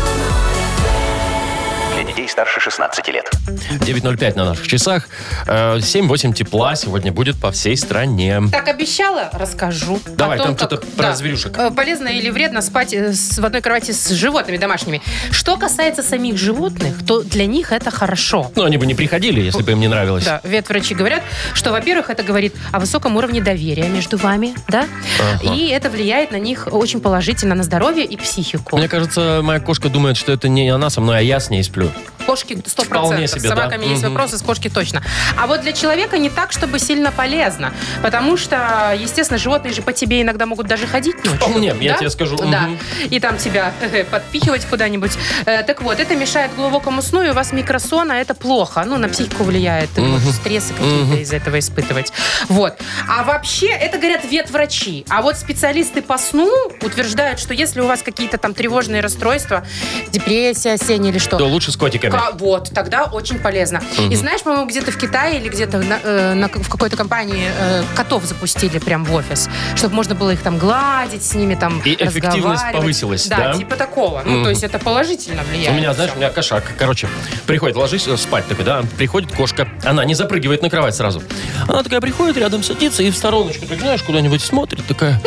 Для детей старше 16 лет.
9.05 на наших часах. Э, 7-8 тепла сегодня будет по всей стране.
Так обещала, расскажу.
Давай,
О том,
там что-то
как,
про
да,
зверюшек.
э, Полезно или вредно спать э, с- в одной кровати с животными домашними. Что касается самих животных, то для них это хорошо.
Ну, они бы не приходили, если бы им не нравилось.
Да, ветврачи говорят, что, во-первых, это говорит о высоком уровне доверия между вами, да,
Ага.
и это влияет на них очень положительно на здоровье и психику.
Мне кажется, моя кошка думает, что это не она со мной, а я с ней сплю.
Кошки 100%.
Вполне себе,
с собаками
да.
есть
Мгм.
вопросы, с кошки точно. А вот для человека не так, чтобы сильно полезно. Потому что, естественно, животные же по тебе иногда могут даже ходить ночью.
Вполне, я
да?
тебе скажу,
Да.
мгм.
И там тебя э, подпихивать куда-нибудь. Э, Так вот, это мешает глубокому сну, и у вас микросон, а это плохо. Ну, на психику влияет. и
Мгм.
можешь стрессы какие-то
Мгм.
из этого испытывать. Вот. А вообще, это говорят ветврачи. А вот специалисты по сну утверждают, что если у вас какие-то там тревожные расстройства, депрессия осенняя или что,
То лучше с котиками.
Ка- Вот, тогда очень полезно. И знаешь, по-моему, где-то в Китае или где-то на- э, на- в какой-то компании э, котов запустили прям в офис, чтобы можно было их там гладить, с ними там
И эффективность
разговаривать.
повысилась, да?
типа такого. Ну,
Мгм.
то есть это положительно
У
влияет.
меня, знаешь, у меня кошак. Короче, приходит, ложись э, спать такой, да, приходит кошка. Она не запрыгивает на кровать сразу. Она такая приходит, рядом садится и в стороночку, так знаешь, куда-нибудь смотрит, такая...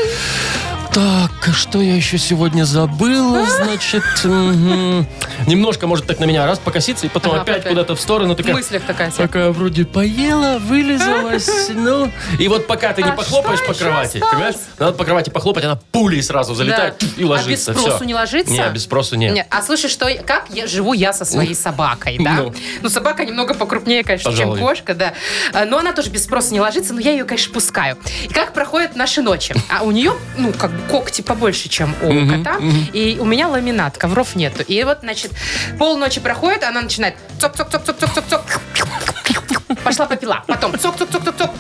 Так, а что я еще сегодня забыла, значит... мгм». Немножко, может, так на меня раз покоситься, и потом
Ага,
опять
опять.
куда-то в сторону
В
такая...
мыслях такая вся.
Такая вроде поела, вылезалась, ну... И вот пока ты не
А
похлопаешь
что
по
ещё
кровати,
осталось?
понимаешь? Надо по кровати похлопать, она пулей сразу залетает
Да.
и ложится.
А без спросу
всё.
не ложится?
Не, без спросу не.
Не, а слушай, что, я- как я живу я со своей собакой, да?
Ну.
Ну, собака немного покрупнее, конечно,
Пожалуй.
чем кошка, да. А, Но она тоже без спроса не ложится, но я ее, конечно, пускаю. И как проходят наши ночи? А у нее, ну, как бы когти побольше, чем у
Мгм,
кота.
мгм.
И у меня ламинат, ковров нету. И вот, значит, полночи проходит, она начинает цок цок цок цок цок цок цок Пошла попила. Потом цок-цок-цок-цок-цок.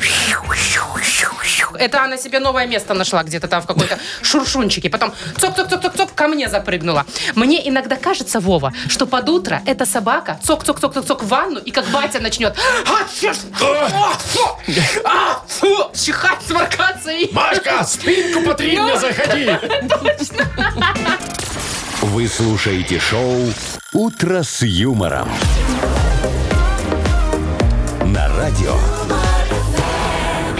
Это она себе новое место нашла где-то там в какой-то шуршунчике. Потом цок-цок-цок-цок-цок ко мне запрыгнула. Мне иногда кажется, Вова, что под утро эта собака цок-цок-цок-цок-цок в ванну, и как батя начнет «А, чеш! А, фу! А, фу!» чихать, сморкаться и...
Машка, спинку потри,
Ну.
не заходи.
Вы слушаете шоу «Утро с юмором». На радио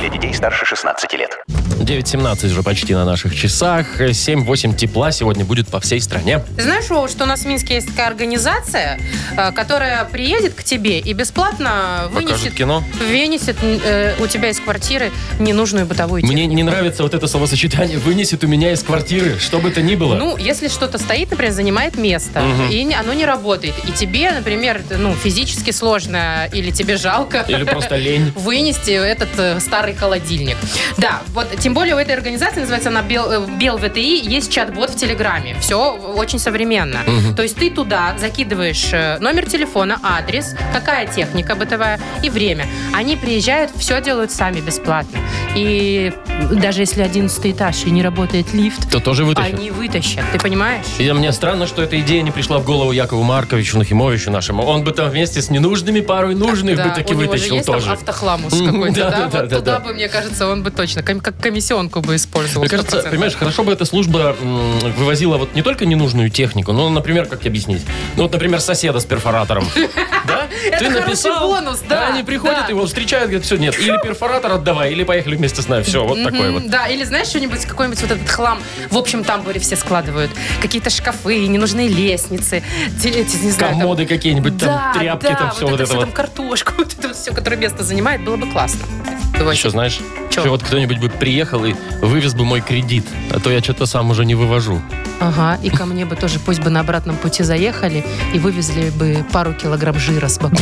Для детей старше 16 лет.
9.17 уже почти на наших часах. 7-8 тепла сегодня будет по всей стране.
Ты знаешь, Вова, что у нас в Минске есть такая организация, э, которая приедет к тебе и бесплатно вынесет,
Покажет кино.
вынесет э, у тебя из квартиры ненужную бытовую
Мне
технику.
не нравится вот это словосочетание «вынесет у меня из квартиры», что бы то ни было.
Ну, если что-то стоит, например, занимает место, и не- оно не работает, и тебе, например, ну, физически сложно, или тебе жалко
Или просто лень.
вынести этот э, старый холодильник. Да, вот тем более у этой организации, называется она Бел, э, Бел ВТИ, есть чат-бот в Телеграме. Все очень современно. То есть ты туда закидываешь э, номер телефона, адрес, какая техника бытовая и время. Они приезжают, все делают сами бесплатно. И даже если 11 этаж и не работает лифт,
То тоже вытащит.
они вытащат, ты понимаешь?
И мне странно, что эта идея не пришла в голову Якову Марковичу Нахимовичу нашему. Он бы там вместе с ненужными парой нужных бы таки
у него же
вытащил
есть
тоже.
там автохламус
Мгм,
какой-то, да?
да-да-да-да-да.
вот туда бы, мне кажется, он бы точно, ком- как комиссионку бы использовал.
Мне кажется,
100%.
понимаешь, хорошо бы эта служба м, вывозила вот не только ненужную технику, но, например, как тебе объяснить? Ну вот, например, соседа с перфоратором. Да?
Это
Ты
хороший
написал,
бонус, да,
Они приходят,
да.
его встречают, говорят, все, нет, или перфоратор отдавай, или поехали вместе с нами. Все, вот такой
Мгм,
вот.
Да, или знаешь что-нибудь, какой-нибудь вот этот хлам. В общем, там были все складывают. Какие-то шкафы, ненужные лестницы, теле- эти, не знаю, там-
Комоды какие-нибудь,
Да,
там тряпки,
да,
там все вот
это
это
всё,
вот.
там картошку, вот это все, которое место занимает, было бы классно. Очень.
Еще знаешь,
Чё?
что вот кто-нибудь бы приехал и вывез бы мой кредит, а то я что-то сам уже не вывожу.
Ага, и ко мне бы тоже пусть бы на обратном пути заехали и вывезли бы пару килограмм жира с боков.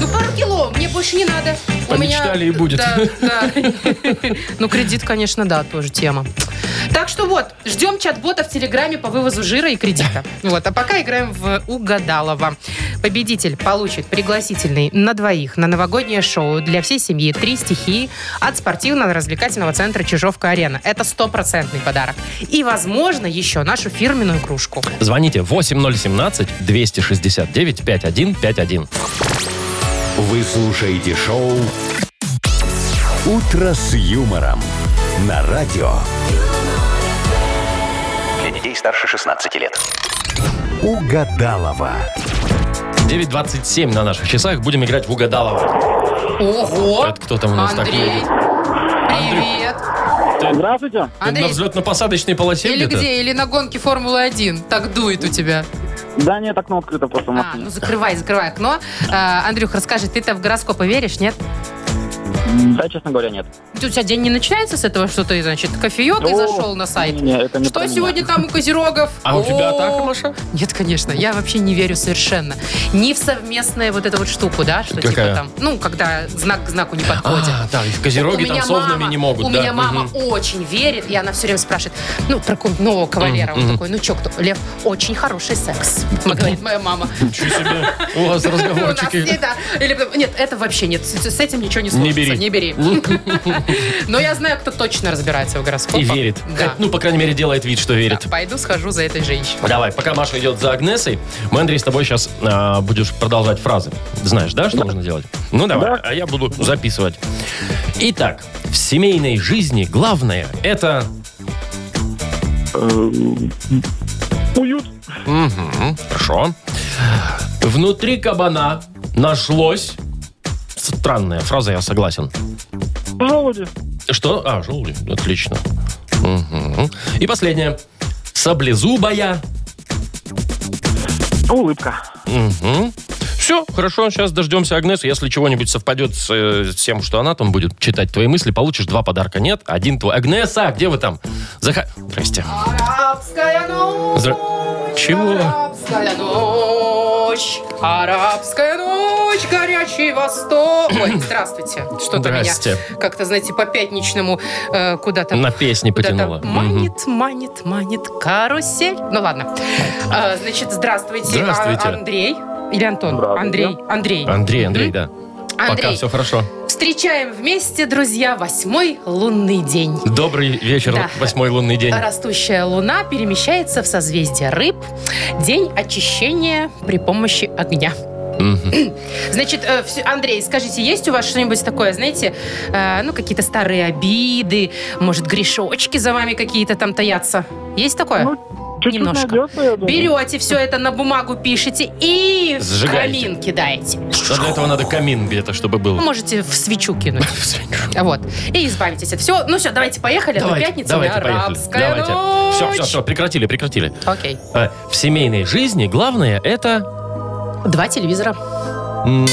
Ну, пару кило, мне больше не надо. У меня-
Помечтали и будет.
Да, да. Ну, кредит, конечно, да, тоже тема. Так что вот, ждем чат-бота в Телеграме по вывозу жира и кредита. Вот, а пока играем в Угадалова. Победитель получит пригласительный на двоих на новогоднее шоу для всей семьи «Три стихии» от спортивно-развлекательного центра «Чижовка-арена». Это стопроцентный подарок. И, возможно, еще нашу фирменную кружку.
Звоните 8017-269-5151.
вы слушаете шоу «Утро с юмором». На радио
Для детей старше 16 лет.
Угадалова.
9.27 на наших часах. Будем играть в угадалово.
Ого!
Это кто там у нас
Андрей, привет!
Здравствуйте.
такой? Ты на
Андрей,
взлетно-посадочной полосе
Или
где-то?
где? Или на гонке Формулы-1. Так дует у тебя.
Да нет, окно открыто просто в
А, ну закрывай, закрывай окно. А, Андрюх, расскажи, ты-то в гороскопы веришь, нет?
Да, честно говоря, нет.
У тебя день не начинается с этого, что Ну, ты, значит, кофеек и
О,
зашел на сайт?
Не, это не
Что
про меня.
сегодня там у козерогов?
А у тебя
О,
атака, Маша?
Нет, конечно, я вообще не верю совершенно. Ни в совместную вот эту вот штуку, да, что
Какая?
типа там, ну, когда знак к знаку не подходит.
А, да, и в Козероге
У
там
меня
совнами
мама-
не могут.
У
да.
меня мама
Мгм.
очень верит, и она все время спрашивает, ну, про какого нового кавалера. Он
мгм.
такой, ну, чё, кто? Лев, очень хороший секс, говорит моя мама.
Ничего себе. У вас
У нас не,
разговорчики.
да. Или потом, нет, это вообще нет, с с этим ничего не сложится.
бери.
Не бери. Но я знаю, кто точно разбирается в гороскопах.
И верит.
Да.
Ну, по крайней мере, делает вид, что
Да,
верит.
Пойду схожу за этой женщиной.
Давай, пока Маша идет за Агнесой, мы, Андрей, с тобой сейчас будешь продолжать фразы. Знаешь, да, что нужно делать? Ну, давай, а я буду записывать. Итак, в семейной жизни главное – это...
Эм, Уют.
Мгм, хорошо. Внутри кабана нашлось... Странная фраза, я согласен.
Желуди.
Что? А, желуди. Отлично. Мгм. И последнее. Саблезубая.
Улыбка.
Все, хорошо, сейчас дождемся Агнесу. Если чего-нибудь совпадет с, э, с тем, что она там будет читать твои мысли, получишь два подарка. Нет, один твой. Агнеса, где вы там? Заха... Здрасте.
Арабская ночь.
Здра- Чего?
Арабская ночь. Арабская ночь. Горячий восток. Ой, здравствуйте. Что-то меня
Здрасте.
как-то, знаете, по пятничному э, куда-то...
На песни потянула.
куда-то
Мгм.
манит, манит, манит карусель. Ну ладно. Э, значит, здравствуйте,
Здравствуйте.
А- Андрей. Или Антон?
Здравствуйте.
Андрей. Андрей.
Андрей, Андрей, да. Пока
Андрей.
все хорошо.
Встречаем вместе, друзья, восьмой лунный день.
Добрый вечер,
Да.
восьмой лунный день.
Растущая луна перемещается в созвездие рыб. День очищения при помощи огня.
Мгм.
Значит, э, всё- Андрей, скажите, есть у вас что-нибудь такое, знаете, э, ну, какие-то старые обиды, может, грешочки за вами какие-то там таятся? Есть такое?
Ну, чуть-чуть
Немножко.
найдется, я думаю.
Берете все это на бумагу, пишете и в
Сжигаете.
камин кидаете.
Но для этого надо камин где-то, чтобы
Ну,
был.
Можете в свечу кинуть. А Вот. И избавитесь от всего. Ну все, давайте поехали. а то пятница,
давайте,
у меня
поехали.
арабская
Давайте.
ночь.
Все, все, все, прекратили, прекратили.
Окей.
Э, В семейной жизни главное это...
Два телевизора.
м,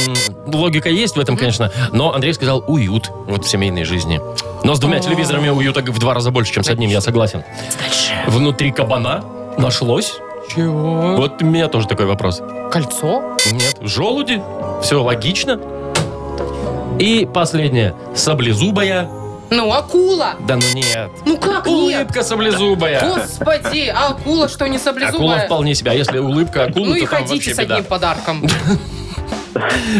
Логика есть в этом, конечно, но Андрей сказал уют вот в семейной жизни. Но с двумя телевизорами уюта в два раза больше, чем с одним, я согласен.
Дальше.
Внутри кабана нашлось? Чего? Вот у меня тоже такой вопрос.
Кольцо.
Нет, желуди. Все логично. И последнее. Саблезубая.
Ну, акула.
Да ну нет.
Ну как нет?
Улыбка саблезубая.
Господи, а акула что, не
Акула
саблезубая?
вполне себя. Если улыбка акулы,
Ну и
то там
ходите
вообще
с
беда.
одним подарком.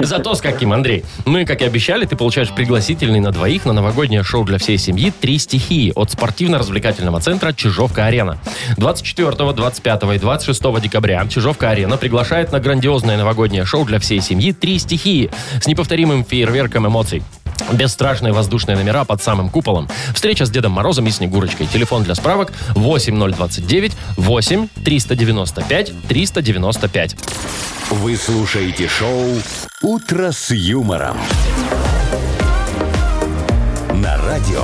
Зато с каким, Андрей. Ну и, как и обещали, ты получаешь пригласительный на двоих на новогоднее шоу для всей семьи «Три стихии» от спортивно-развлекательного центра «Чижовка-арена». 24, 25 и 26 декабря «Чижовка-арена» приглашает на грандиозное новогоднее шоу для всей семьи «Три стихии» с неповторимым фейерверком эмоций. Бесстрашные воздушные номера под самым куполом. Встреча с Дедом Морозом и Снегурочкой. Телефон для справок 8029 8 395 395.
Вы слушаете шоу «Утро с юмором». На радио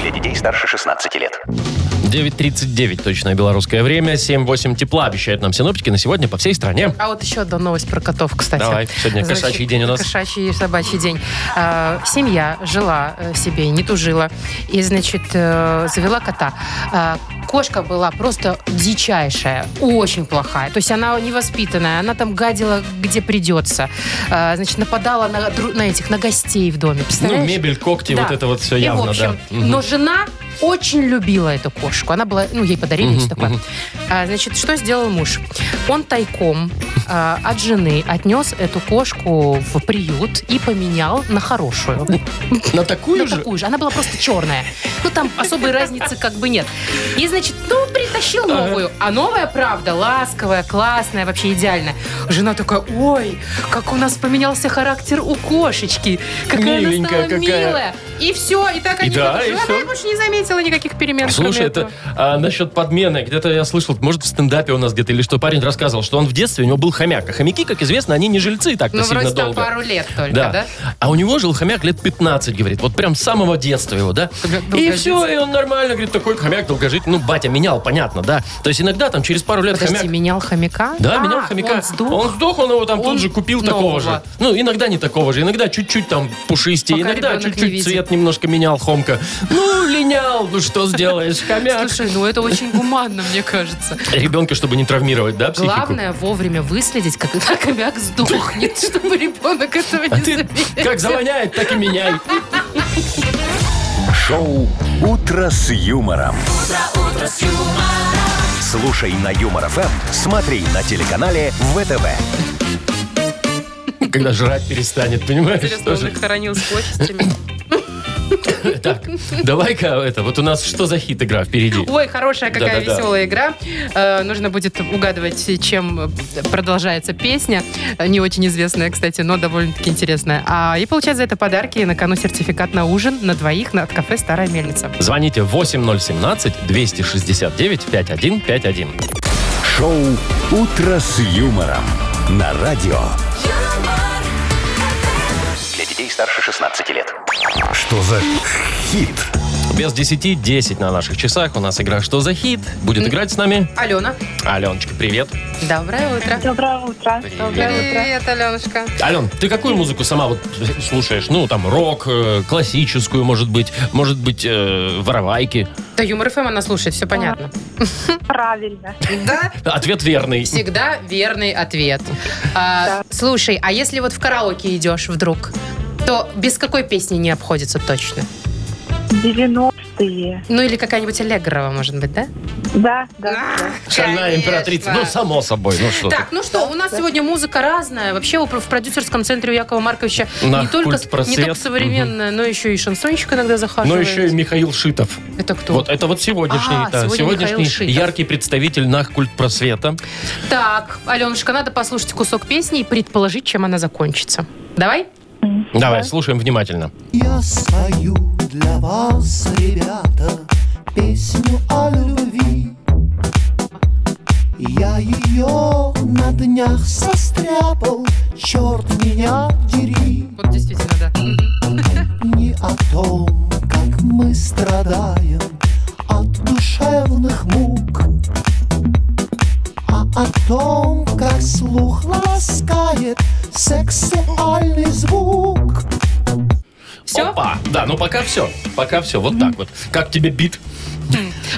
Для детей старше 16 лет.
9.39 точное белорусское время. 7-8 тепла обещают нам синоптики на сегодня по всей стране.
А вот еще одна новость про котов, кстати.
Давай, сегодня кошачий день у нас.
Кошачий и собачий день. А, семья жила э, себе, не тужила. И, значит, э, завела кота. А, кошка была просто дичайшая, очень плохая. То есть она невоспитанная, она там гадила, где придется. А, значит, нападала на, дру- на этих, на гостей в доме,
Ну,
представляешь?
мебель, когти,
Да.
вот это вот все
И,
явно,
в общем,
да. Мгм.
Но жена очень любила эту кошку. Она была, ну, ей подарили
Мгм,
все такое.
мгм.
А, значит, что сделал муж? Он тайком а, от жены отнес эту кошку в приют и поменял на хорошую.
На такую
Ну,
же?
такую же. Она была просто черная. Ну, там особой разницы как бы нет. И, значит, ну, притащил новую. А новая, правда, ласковая, классная, вообще идеальная. Жена такая, ой, как у нас поменялся характер у кошечки. Какая она
Миленькая
стала
какая».
милая. И все, и так они...
да, и
Она
всё.
больше не заметила никаких перемен.
Слушай,
кроме
это
этого.
а, насчет подмены. Где-то я слышал, может, в стендапе у нас где-то, или что парень рассказывал, что он в детстве, у него был хомяк. А хомяки, как известно, они не жильцы так-то
Ну,
сильно
вроде там
долго.
пару лет только,
Да.
да?
А у него жил хомяк лет 15, говорит. Вот прям с самого детства его, да?
Хомяк
И
долгожитель.
все, и он нормально, говорит, такой хомяк долгожитель. Ну, батя менял, понятно, да. То есть иногда там через пару лет
Подожди,
хомяк...
менял хомяка?
Да,
А,
менял хомяка.
Он сдох?
Он сдох, он его там
Он
тут же купил такого
нового.
же. Ну, иногда не такого же, иногда чуть-чуть там пушистее,
Пока
иногда
ребенок не
чуть-чуть
видит.
цвет немножко менял хомка. Ну, линял, ну что сделаешь, хомяк.
Слушай, ну это очень гуманно, мне кажется.
Ребенка, чтобы не травмировать, да, психику?
Главное вовремя выследить, когда хомяк сдохнет, чтобы ребенок этого не
А ты
заметил.
как завоняет, так и меняй.
шоу «Утро с юмором». Слушай на Юмор ФМ, смотри на телеканале ВТВ.
Когда жрать перестанет, понимаешь? тоже.
хоронил с почестями.
Так, давай-ка это, вот у нас что за хит игра впереди?
Ой, хорошая какая
Да-да-да.
веселая игра. Э, нужно будет угадывать, чем продолжается песня. Э, Не очень известная, кстати, но довольно-таки интересная. А, и получать за это подарки. На кону сертификат на ужин на двоих на, от кафе «Старая мельница».
Звоните 8017-269-5151.
Шоу «Утро с юмором» на радио.
Для детей старше 16 лет.
Что за хит?
Без 10-10 на наших часах у нас игра «Что за хит?» Будет играть с нами
Алена,
Аленочка, привет.
доброе утро.
Доброе утро. Доброе утро.
Привет, Аленушка.
Ален, ты какую музыку сама вот слушаешь? Ну, там, рок, э, классическую, может быть, может быть, э, воровайки.
Да, Юмор ФМ она слушает, все понятно.
Правильно.
Да?
Ответ верный.
Всегда верный ответ. А, Слушай, а если вот в караоке идешь вдруг, то без какой песни не обходится точно?
90 простые.
Ну или какая-нибудь Аллегрова, может быть, да?
Да, да. да.
Шальная императрица. Ну, само собой, ну что
Так,
ты.
ну что, у нас сегодня музыка разная. Вообще у- в продюсерском центре у Якова Марковича не
Нах,
только,
культ просвет.
не только современная, но еще и шансончик иногда
Но
захаживает.
еще и Михаил Шитов.
Это кто?
Вот это вот сегодняшний,
А,
да,
сегодня Михаил
сегодняшний
Шитов.
яркий представитель нах культпросвета.
Так, Аленушка, надо послушать кусок песни и предположить, чем она закончится. Давай?
Давай, слушаем внимательно.
Я спою для вас, ребята, песню о любви. Я ее на днях состряпал, черт меня дери.
Вот действительно, да.
Не о том, как мы страдаем от душевных мук, а о том, как слух ласкает сексуальный звук.
Все?
Опа! Да, ну пока все. Пока все. Вот так вот. Как тебе бит?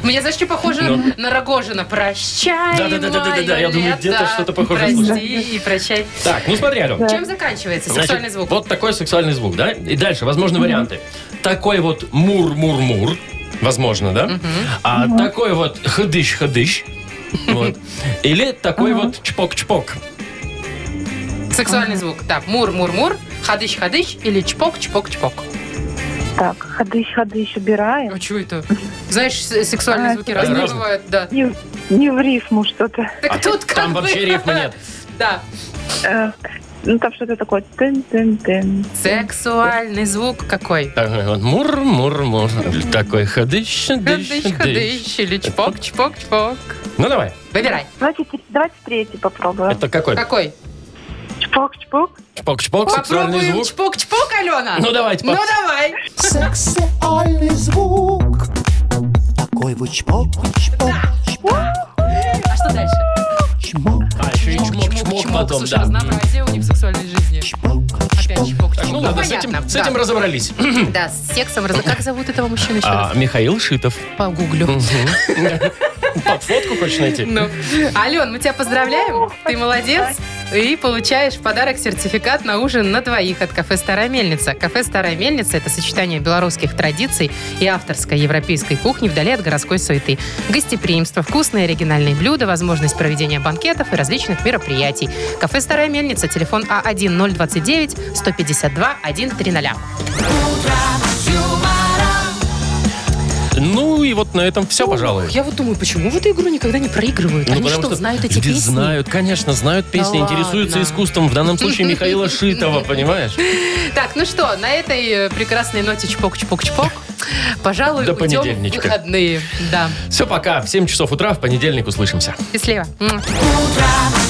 Мне знаешь, что похоже
Ну.
на Рогожина? Прощай,
Да-да-да-да-да-да, я
мое
думаю, где-то
лето.
что-то похоже слышно.
Прости и прощай.
Так, ну смотри, Ален.
Чем заканчивается
Значит,
сексуальный звук?
Вот такой сексуальный звук, да? И дальше, возможны варианты. Такой вот мур-мур-мур, возможно, да? А такой вот хдыщ-хдыщ. Вот. Или такой вот чпок-чпок.
Сексуальный звук, да. Мур-мур-мур, ходыщ-ходыщ или чпок-чпок-чпок.
Так, ходыщ-ходыщ убираем.
А чего это? Знаешь, с- сексуальные
А,
звуки
это
разные
разные.
бывают, да.
Не, не в рифму что-то.
Так
А
тут как
там
бы-
вообще рифмы нет.
Да.
Э, ну, там что-то такое. Тын-тын-тын.
Сексуальный звук какой?
Такой вот мур-мур-мур. Или такой хдыщ-хдыщ-хдыщ.
Ходыщ-ходыщ или чпок-чпок-чпок.
Ну давай.
Выбирай.
Давайте, тр- давайте третий попробуем.
Это какой?
Какой?
Чпок-чпок.
Чпок-чпок, сексуальный
Попробуем
звук.
чпок-чпок, Алена.
Ну давайте,
Ну
пап.
давай.
Сексуальный звук Такой вот чпок, чпок, чпок,
А что дальше?
чмок,
А, еще и чмок-чмок потом,
Слушай,
да.
разнообразие у них в сексуальной жизни.
чпок,
Опять чпок,
Так,
чпок.
ну ладно, с этим, с этим
да.
разобрались.
Да, с сексом раз... Как зовут этого мужчину еще
А,
раз?
Михаил Шитов.
Погуглю.
Под фотку хочешь найти?
Ну, Ален, мы тебя поздравляем. Ты молодец. И получаешь в подарок сертификат на ужин на двоих от кафе «Старая мельница». Кафе «Старая мельница» — это сочетание белорусских традиций и авторской европейской кухни вдали от городской суеты. Гостеприимство, вкусные оригинальные блюда, возможность проведения банкетов и различных мероприятий. Кафе «Старая мельница», телефон А А1-029-152-130.
Ну и вот на этом все, пожалуй.
Я вот думаю, почему в эту игру никогда не проигрывают?
Ну,
Они
потому
что, знают эти
люди
песни?
Знают, конечно, знают песни,
Да
интересуются
ладно.
искусством. В данном случае Михаила Шитова, понимаешь?
Так, ну что, на этой э, прекрасной ноте чпок-чпок-чпок, пожалуй,
До
уйдем в
понедельничка.
выходные. Да.
Все, пока. В 7 часов утра в понедельник услышимся.
Счастливо. М.
чпок.